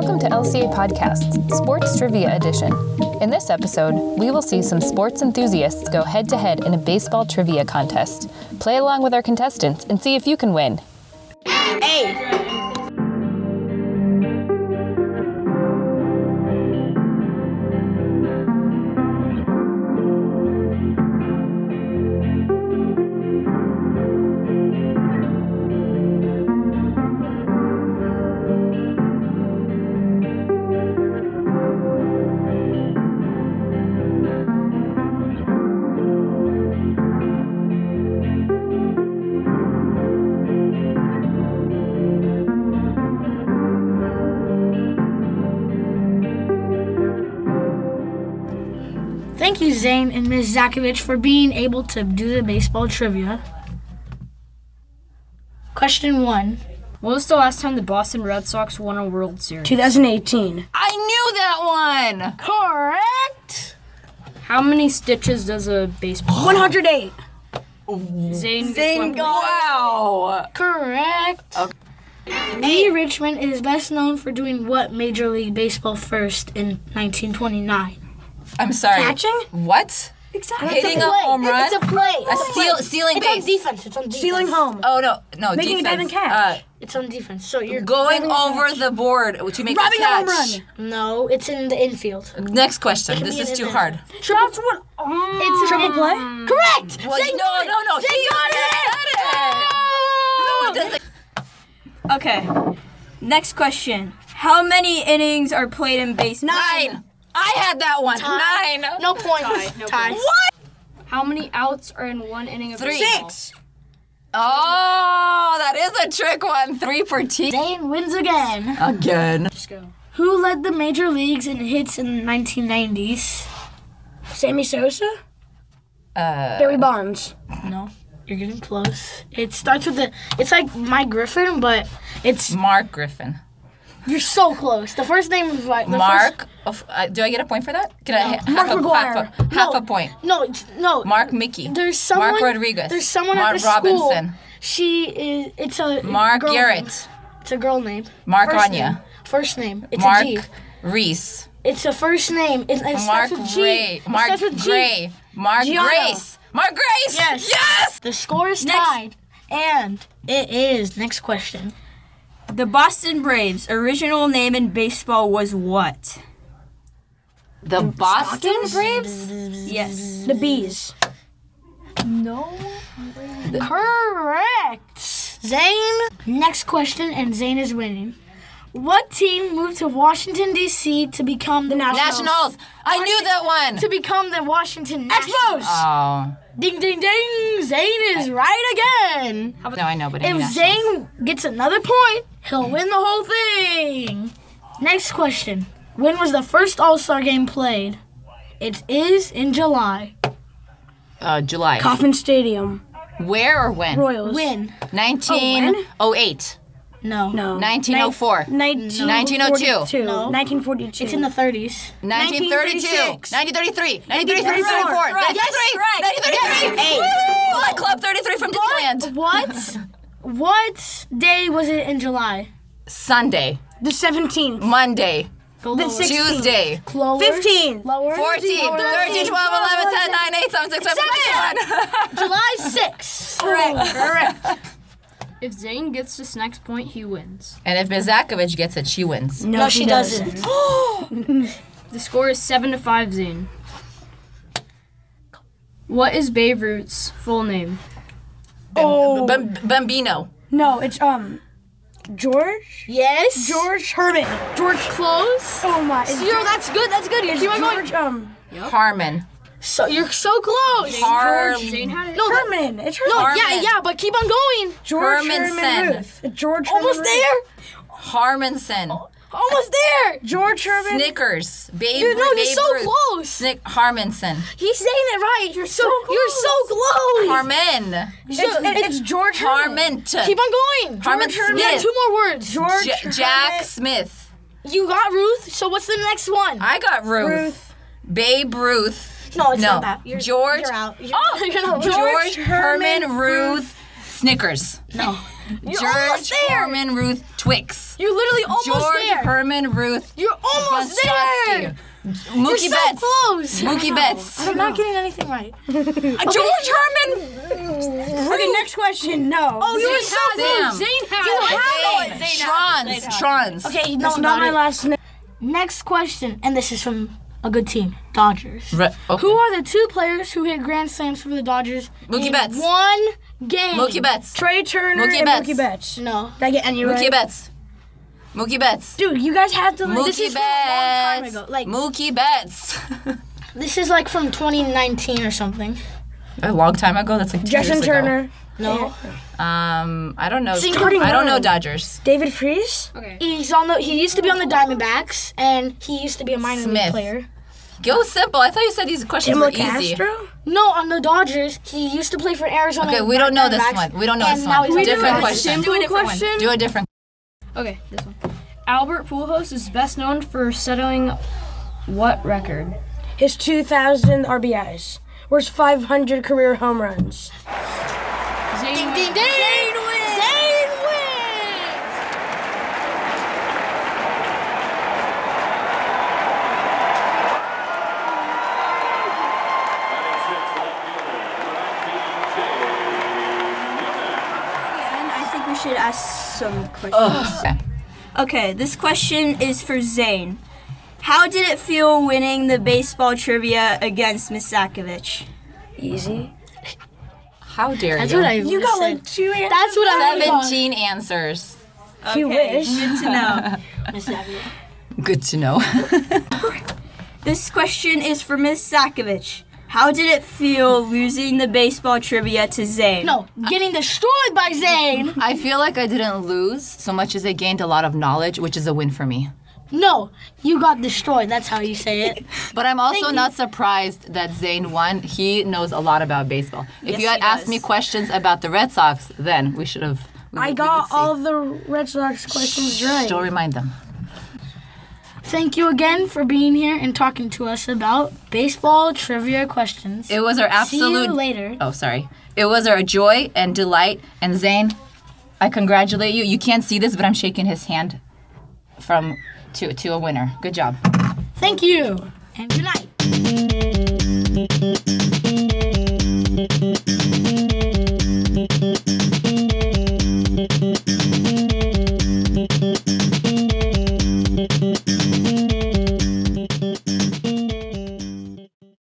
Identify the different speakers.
Speaker 1: NBA Podcasts, Sports Trivia Edition. In this episode, we will see some sports enthusiasts go head to head in a baseball trivia contest. Play along with our contestants and see if you can win.
Speaker 2: Thank you, Zane and Ms. Zakovich, for being able to do the baseball trivia. Question one
Speaker 3: When was the last time the Boston Red Sox won a World Series?
Speaker 2: 2018.
Speaker 1: I knew that one!
Speaker 2: Correct!
Speaker 3: How many stitches does a baseball?
Speaker 2: 108.
Speaker 3: Zane,
Speaker 2: Zane
Speaker 1: Wow!
Speaker 2: Correct. Lee Richmond is best known for doing what Major League Baseball first in 1929?
Speaker 4: I'm sorry.
Speaker 5: Catching?
Speaker 4: What?
Speaker 5: Exactly.
Speaker 4: Hitting a, home run?
Speaker 5: It's a play.
Speaker 4: A steal, stealing
Speaker 5: It's
Speaker 4: base.
Speaker 5: on defense. It's on defense.
Speaker 2: Stealing home.
Speaker 4: oh no, no.
Speaker 2: Making a
Speaker 4: defense.
Speaker 2: diving catch.
Speaker 5: It's on defense. So you're
Speaker 4: Uh, going over the board to make
Speaker 2: Robbing
Speaker 4: a
Speaker 2: a home
Speaker 4: catch.
Speaker 2: run.
Speaker 5: No, it's in the infield.
Speaker 4: Next question.
Speaker 5: can
Speaker 4: This
Speaker 5: be
Speaker 4: is
Speaker 5: an
Speaker 4: too
Speaker 5: event.
Speaker 4: hard.
Speaker 2: That's what.
Speaker 5: It's
Speaker 2: Oh. Triple
Speaker 5: in-
Speaker 2: play?
Speaker 5: Correct.
Speaker 4: Well, no, no, no. He got it. No, it doesn't.
Speaker 6: Okay. Next question. How many innings are played in baseball?
Speaker 4: Nine. I had that one. Nine.
Speaker 5: No point. Tie.
Speaker 3: How many outs are in one inning of
Speaker 4: Three.
Speaker 3: baseball?
Speaker 4: Oh, that is a trick one. Three for T.
Speaker 2: Zane wins again.
Speaker 4: Again.
Speaker 2: Who led the major leagues in hits in the 1990s?
Speaker 5: Sammy Sosa.
Speaker 2: Barry Bonds.
Speaker 5: No,
Speaker 2: You're getting close.
Speaker 5: it starts with the. It's like my Griffin, but it's
Speaker 4: Mark Griffin.
Speaker 5: you're so close. The first name is like the
Speaker 4: Mark. of- uh, do I get a point for that? Can I ha-
Speaker 2: Mark
Speaker 4: half, a,
Speaker 2: McGwire.
Speaker 4: half, a, half
Speaker 5: No.
Speaker 4: a point?
Speaker 5: First, no, it's- no.
Speaker 4: Mark Mickey.
Speaker 5: There's someone.
Speaker 4: Mark Rodriguez.
Speaker 5: There's someone
Speaker 4: Mark
Speaker 5: at the
Speaker 4: Robinson.
Speaker 5: school. She is. It's a
Speaker 4: Mark
Speaker 5: girl
Speaker 4: Garrett.
Speaker 5: name. It's a girl name.
Speaker 4: Mark
Speaker 5: First
Speaker 4: Anya.
Speaker 5: Name. First name. It's a G.
Speaker 4: Mark Reese.
Speaker 5: It's a first name. It, it
Speaker 4: Mark
Speaker 5: starts with G.
Speaker 4: Gray.
Speaker 5: It
Speaker 4: Mark
Speaker 5: starts with G.
Speaker 4: Gray. Mark
Speaker 5: Gianna.
Speaker 4: Grace. Mark Grace.
Speaker 5: Yes.
Speaker 4: Yes.
Speaker 5: The score is tied, and it is next question.
Speaker 6: The Boston Braves' original name in baseball was what?
Speaker 4: The Boston Braves.
Speaker 6: Yes.
Speaker 2: The bees.
Speaker 5: Correct, Zane. Next question, and Zane is winning. What team moved to Washington D.C. to become the Nationals?
Speaker 4: Nationals. I knew that one.
Speaker 5: To become the Washington Nationals.
Speaker 2: Expos.
Speaker 4: Oh.
Speaker 5: Ding ding ding! Zane is right again.
Speaker 4: No, I know, but
Speaker 5: If
Speaker 4: Nationals.
Speaker 5: Zane gets another point, he'll win the whole thing. Next question. When was the first All Star game played? It is in July.
Speaker 4: uh, July.
Speaker 2: Kauffman Stadium.
Speaker 4: Where or when?
Speaker 2: Royals.
Speaker 5: Oh, When?
Speaker 4: 1908.
Speaker 5: No.
Speaker 2: No.
Speaker 4: 1904.
Speaker 2: 1942.
Speaker 5: No.
Speaker 2: 1942.
Speaker 5: It's in the 30s.
Speaker 4: 1932. 1933. 1933.
Speaker 2: 1934.
Speaker 4: 1933. 1933. Woo! I Club 33 from Disneyland.
Speaker 5: What? what day was it in July?
Speaker 4: Sunday.
Speaker 2: the 17th.
Speaker 4: Monday.
Speaker 2: The 16th.
Speaker 4: Tuesday.
Speaker 5: Lower.
Speaker 2: 15th.
Speaker 5: Lower.
Speaker 4: 14, 13, 12, 11, 10, 9, 8, 7, 6, 7, 6, 1.
Speaker 5: July 6th.
Speaker 3: If Zane gets this next point, he wins.
Speaker 4: And if Mizakovich gets it, she wins.
Speaker 2: No, she, doesn't.
Speaker 3: The score is seven to five, Zane. What is Babe Ruth's full name?
Speaker 2: Oh.
Speaker 4: Bam- Bambino.
Speaker 2: No, it's um George
Speaker 5: Yes.
Speaker 2: George Herman. George
Speaker 5: Close.
Speaker 2: Oh my. It's,
Speaker 5: Zero. That's good. That's good. You
Speaker 2: it's
Speaker 5: keep on going.
Speaker 2: George um
Speaker 4: Harmon.
Speaker 5: So you're so close.
Speaker 4: Har-
Speaker 3: Zane had it.
Speaker 5: No, that-
Speaker 2: Herman. It's
Speaker 5: no,
Speaker 2: Herman.
Speaker 5: yeah,
Speaker 4: Harmon.
Speaker 5: yeah, but keep on going.
Speaker 2: George
Speaker 4: Hermanson.
Speaker 2: Herman Ruth. George
Speaker 5: Almost
Speaker 2: Herman
Speaker 5: there. Oh,
Speaker 4: Harmonson.
Speaker 5: Almost there.
Speaker 2: Ruth. George Herman.
Speaker 4: Snickers. Babe
Speaker 5: You know, you're
Speaker 4: Babe
Speaker 5: so
Speaker 4: Ruth.
Speaker 5: close.
Speaker 4: Snick- Harmonson.
Speaker 5: He's saying it right. You're so, you're so close.
Speaker 4: Harmon.
Speaker 5: So-
Speaker 2: It's, it- it's George Herman.
Speaker 4: Harmont.
Speaker 5: keep on going.
Speaker 4: Harmon
Speaker 5: George- Yeah,
Speaker 4: Smith.
Speaker 5: two more words.
Speaker 2: George
Speaker 4: J- Jack Smith.
Speaker 5: You got Ruth. So what's the next one?
Speaker 4: I got Ruth.
Speaker 2: Ruth.
Speaker 4: Babe Ruth.
Speaker 5: No, it's
Speaker 4: no.
Speaker 5: not that. You're,
Speaker 4: George.
Speaker 5: You're out. You're,
Speaker 4: Oh,
Speaker 5: you're not-
Speaker 4: George, Herman,
Speaker 2: Herman
Speaker 4: Ruth. Snickers.
Speaker 5: No.
Speaker 4: George Herman Ruth Twix.
Speaker 5: You're literally almost
Speaker 4: George
Speaker 5: there.
Speaker 4: Herman Ruth
Speaker 5: You're almost there.
Speaker 4: Bostrovsky. Mookie
Speaker 5: So
Speaker 4: Betts.
Speaker 5: close.
Speaker 4: Mookie Betts.
Speaker 5: I'm not getting anything right. Uh,
Speaker 4: George Herman.
Speaker 6: Okay, next question. No.
Speaker 5: Oh, you were so
Speaker 4: Sam.
Speaker 5: Zane Howell.
Speaker 4: Zane. Trons. Trons.
Speaker 5: Okay, no, not my last name. Next question, and this is from a good team, Dodgers.
Speaker 4: Re- okay.
Speaker 5: Who are the two players who hit grand slams for the Dodgers?
Speaker 4: Mookie
Speaker 5: in
Speaker 4: Betts.
Speaker 5: One game.
Speaker 4: Mookie Betts.
Speaker 6: Trey Turner
Speaker 4: Mookie
Speaker 6: and
Speaker 4: Betts.
Speaker 6: Mookie Betts.
Speaker 5: No.
Speaker 6: Did I get any
Speaker 4: Mookie
Speaker 6: right?
Speaker 4: Betts. Mookie Betts.
Speaker 5: Dude, you guys have to. Like, this
Speaker 4: Mookie
Speaker 5: is from a long time
Speaker 4: Betts.
Speaker 5: ago. Like
Speaker 4: Mookie Betts.
Speaker 5: this is like from 2019 or something.
Speaker 4: A long time ago. That's like two
Speaker 6: Justin
Speaker 4: years ago.
Speaker 6: Turner.
Speaker 5: No.
Speaker 4: Um, I don't know.
Speaker 5: Single
Speaker 4: I don't know
Speaker 5: round.
Speaker 4: Dodgers.
Speaker 6: David Freeze.
Speaker 5: He's on the. He used to be on the Diamondbacks, and he used to be a minor
Speaker 4: Smith.
Speaker 5: league player.
Speaker 4: Go simple. I thought you said these questions were
Speaker 6: Emma
Speaker 4: easy.
Speaker 6: Castro.
Speaker 5: No, on the Dodgers, he used to play for Arizona.
Speaker 4: Okay, we don't know this
Speaker 5: Diamondbacks,
Speaker 4: one. We don't know
Speaker 5: and
Speaker 4: this
Speaker 5: now
Speaker 4: one.
Speaker 5: he's on the
Speaker 4: Different
Speaker 5: Diamondbacks.
Speaker 4: question.
Speaker 6: Do a different question.
Speaker 4: Do a different.
Speaker 3: Okay, this one. Albert Pujols is best known for settling what record?
Speaker 6: His 2,000 RBIs. Where's 500 career home runs?
Speaker 3: Zane
Speaker 5: Ding, ding, ding. Zane wins.
Speaker 6: And I think we should ask some questions.
Speaker 4: Okay.
Speaker 6: Okay, this question is for Zane. How did it feel winning the baseball trivia against Misakovich? Easy.
Speaker 4: How dare
Speaker 5: That's
Speaker 4: you?
Speaker 5: what I. You got like two. That's what I. would've gone.
Speaker 4: Seventeen answers.
Speaker 6: Okay, you wish. Good to know.
Speaker 4: Good to know.
Speaker 6: this question is for Miss Sakovich. How did it feel losing the baseball trivia to Zane?
Speaker 5: No, getting destroyed by Zane.
Speaker 4: I feel like I didn't lose so much as I gained a lot of knowledge, which is a win for me.
Speaker 5: No, you got destroyed. That's how you say it.
Speaker 4: But I'm also not surprised that Zane won. He knows a lot about baseball. If
Speaker 6: Yes,
Speaker 4: you had
Speaker 6: he
Speaker 4: asked
Speaker 6: does.
Speaker 4: me questions about the Red Sox, then we should have. we would-
Speaker 6: I
Speaker 4: we
Speaker 6: got
Speaker 4: would see.
Speaker 6: all of the Red Sox questions right.
Speaker 4: Don't remind them.
Speaker 5: Thank you again for being here and talking to us about baseball trivia questions.
Speaker 4: It was our
Speaker 5: See
Speaker 4: absolute.
Speaker 5: you later.
Speaker 4: Oh, sorry. It was our joy and delight. And Zane, I congratulate you. You can't see this, but I'm shaking his hand from to to a winner. Good job.
Speaker 5: Thank you. And good night.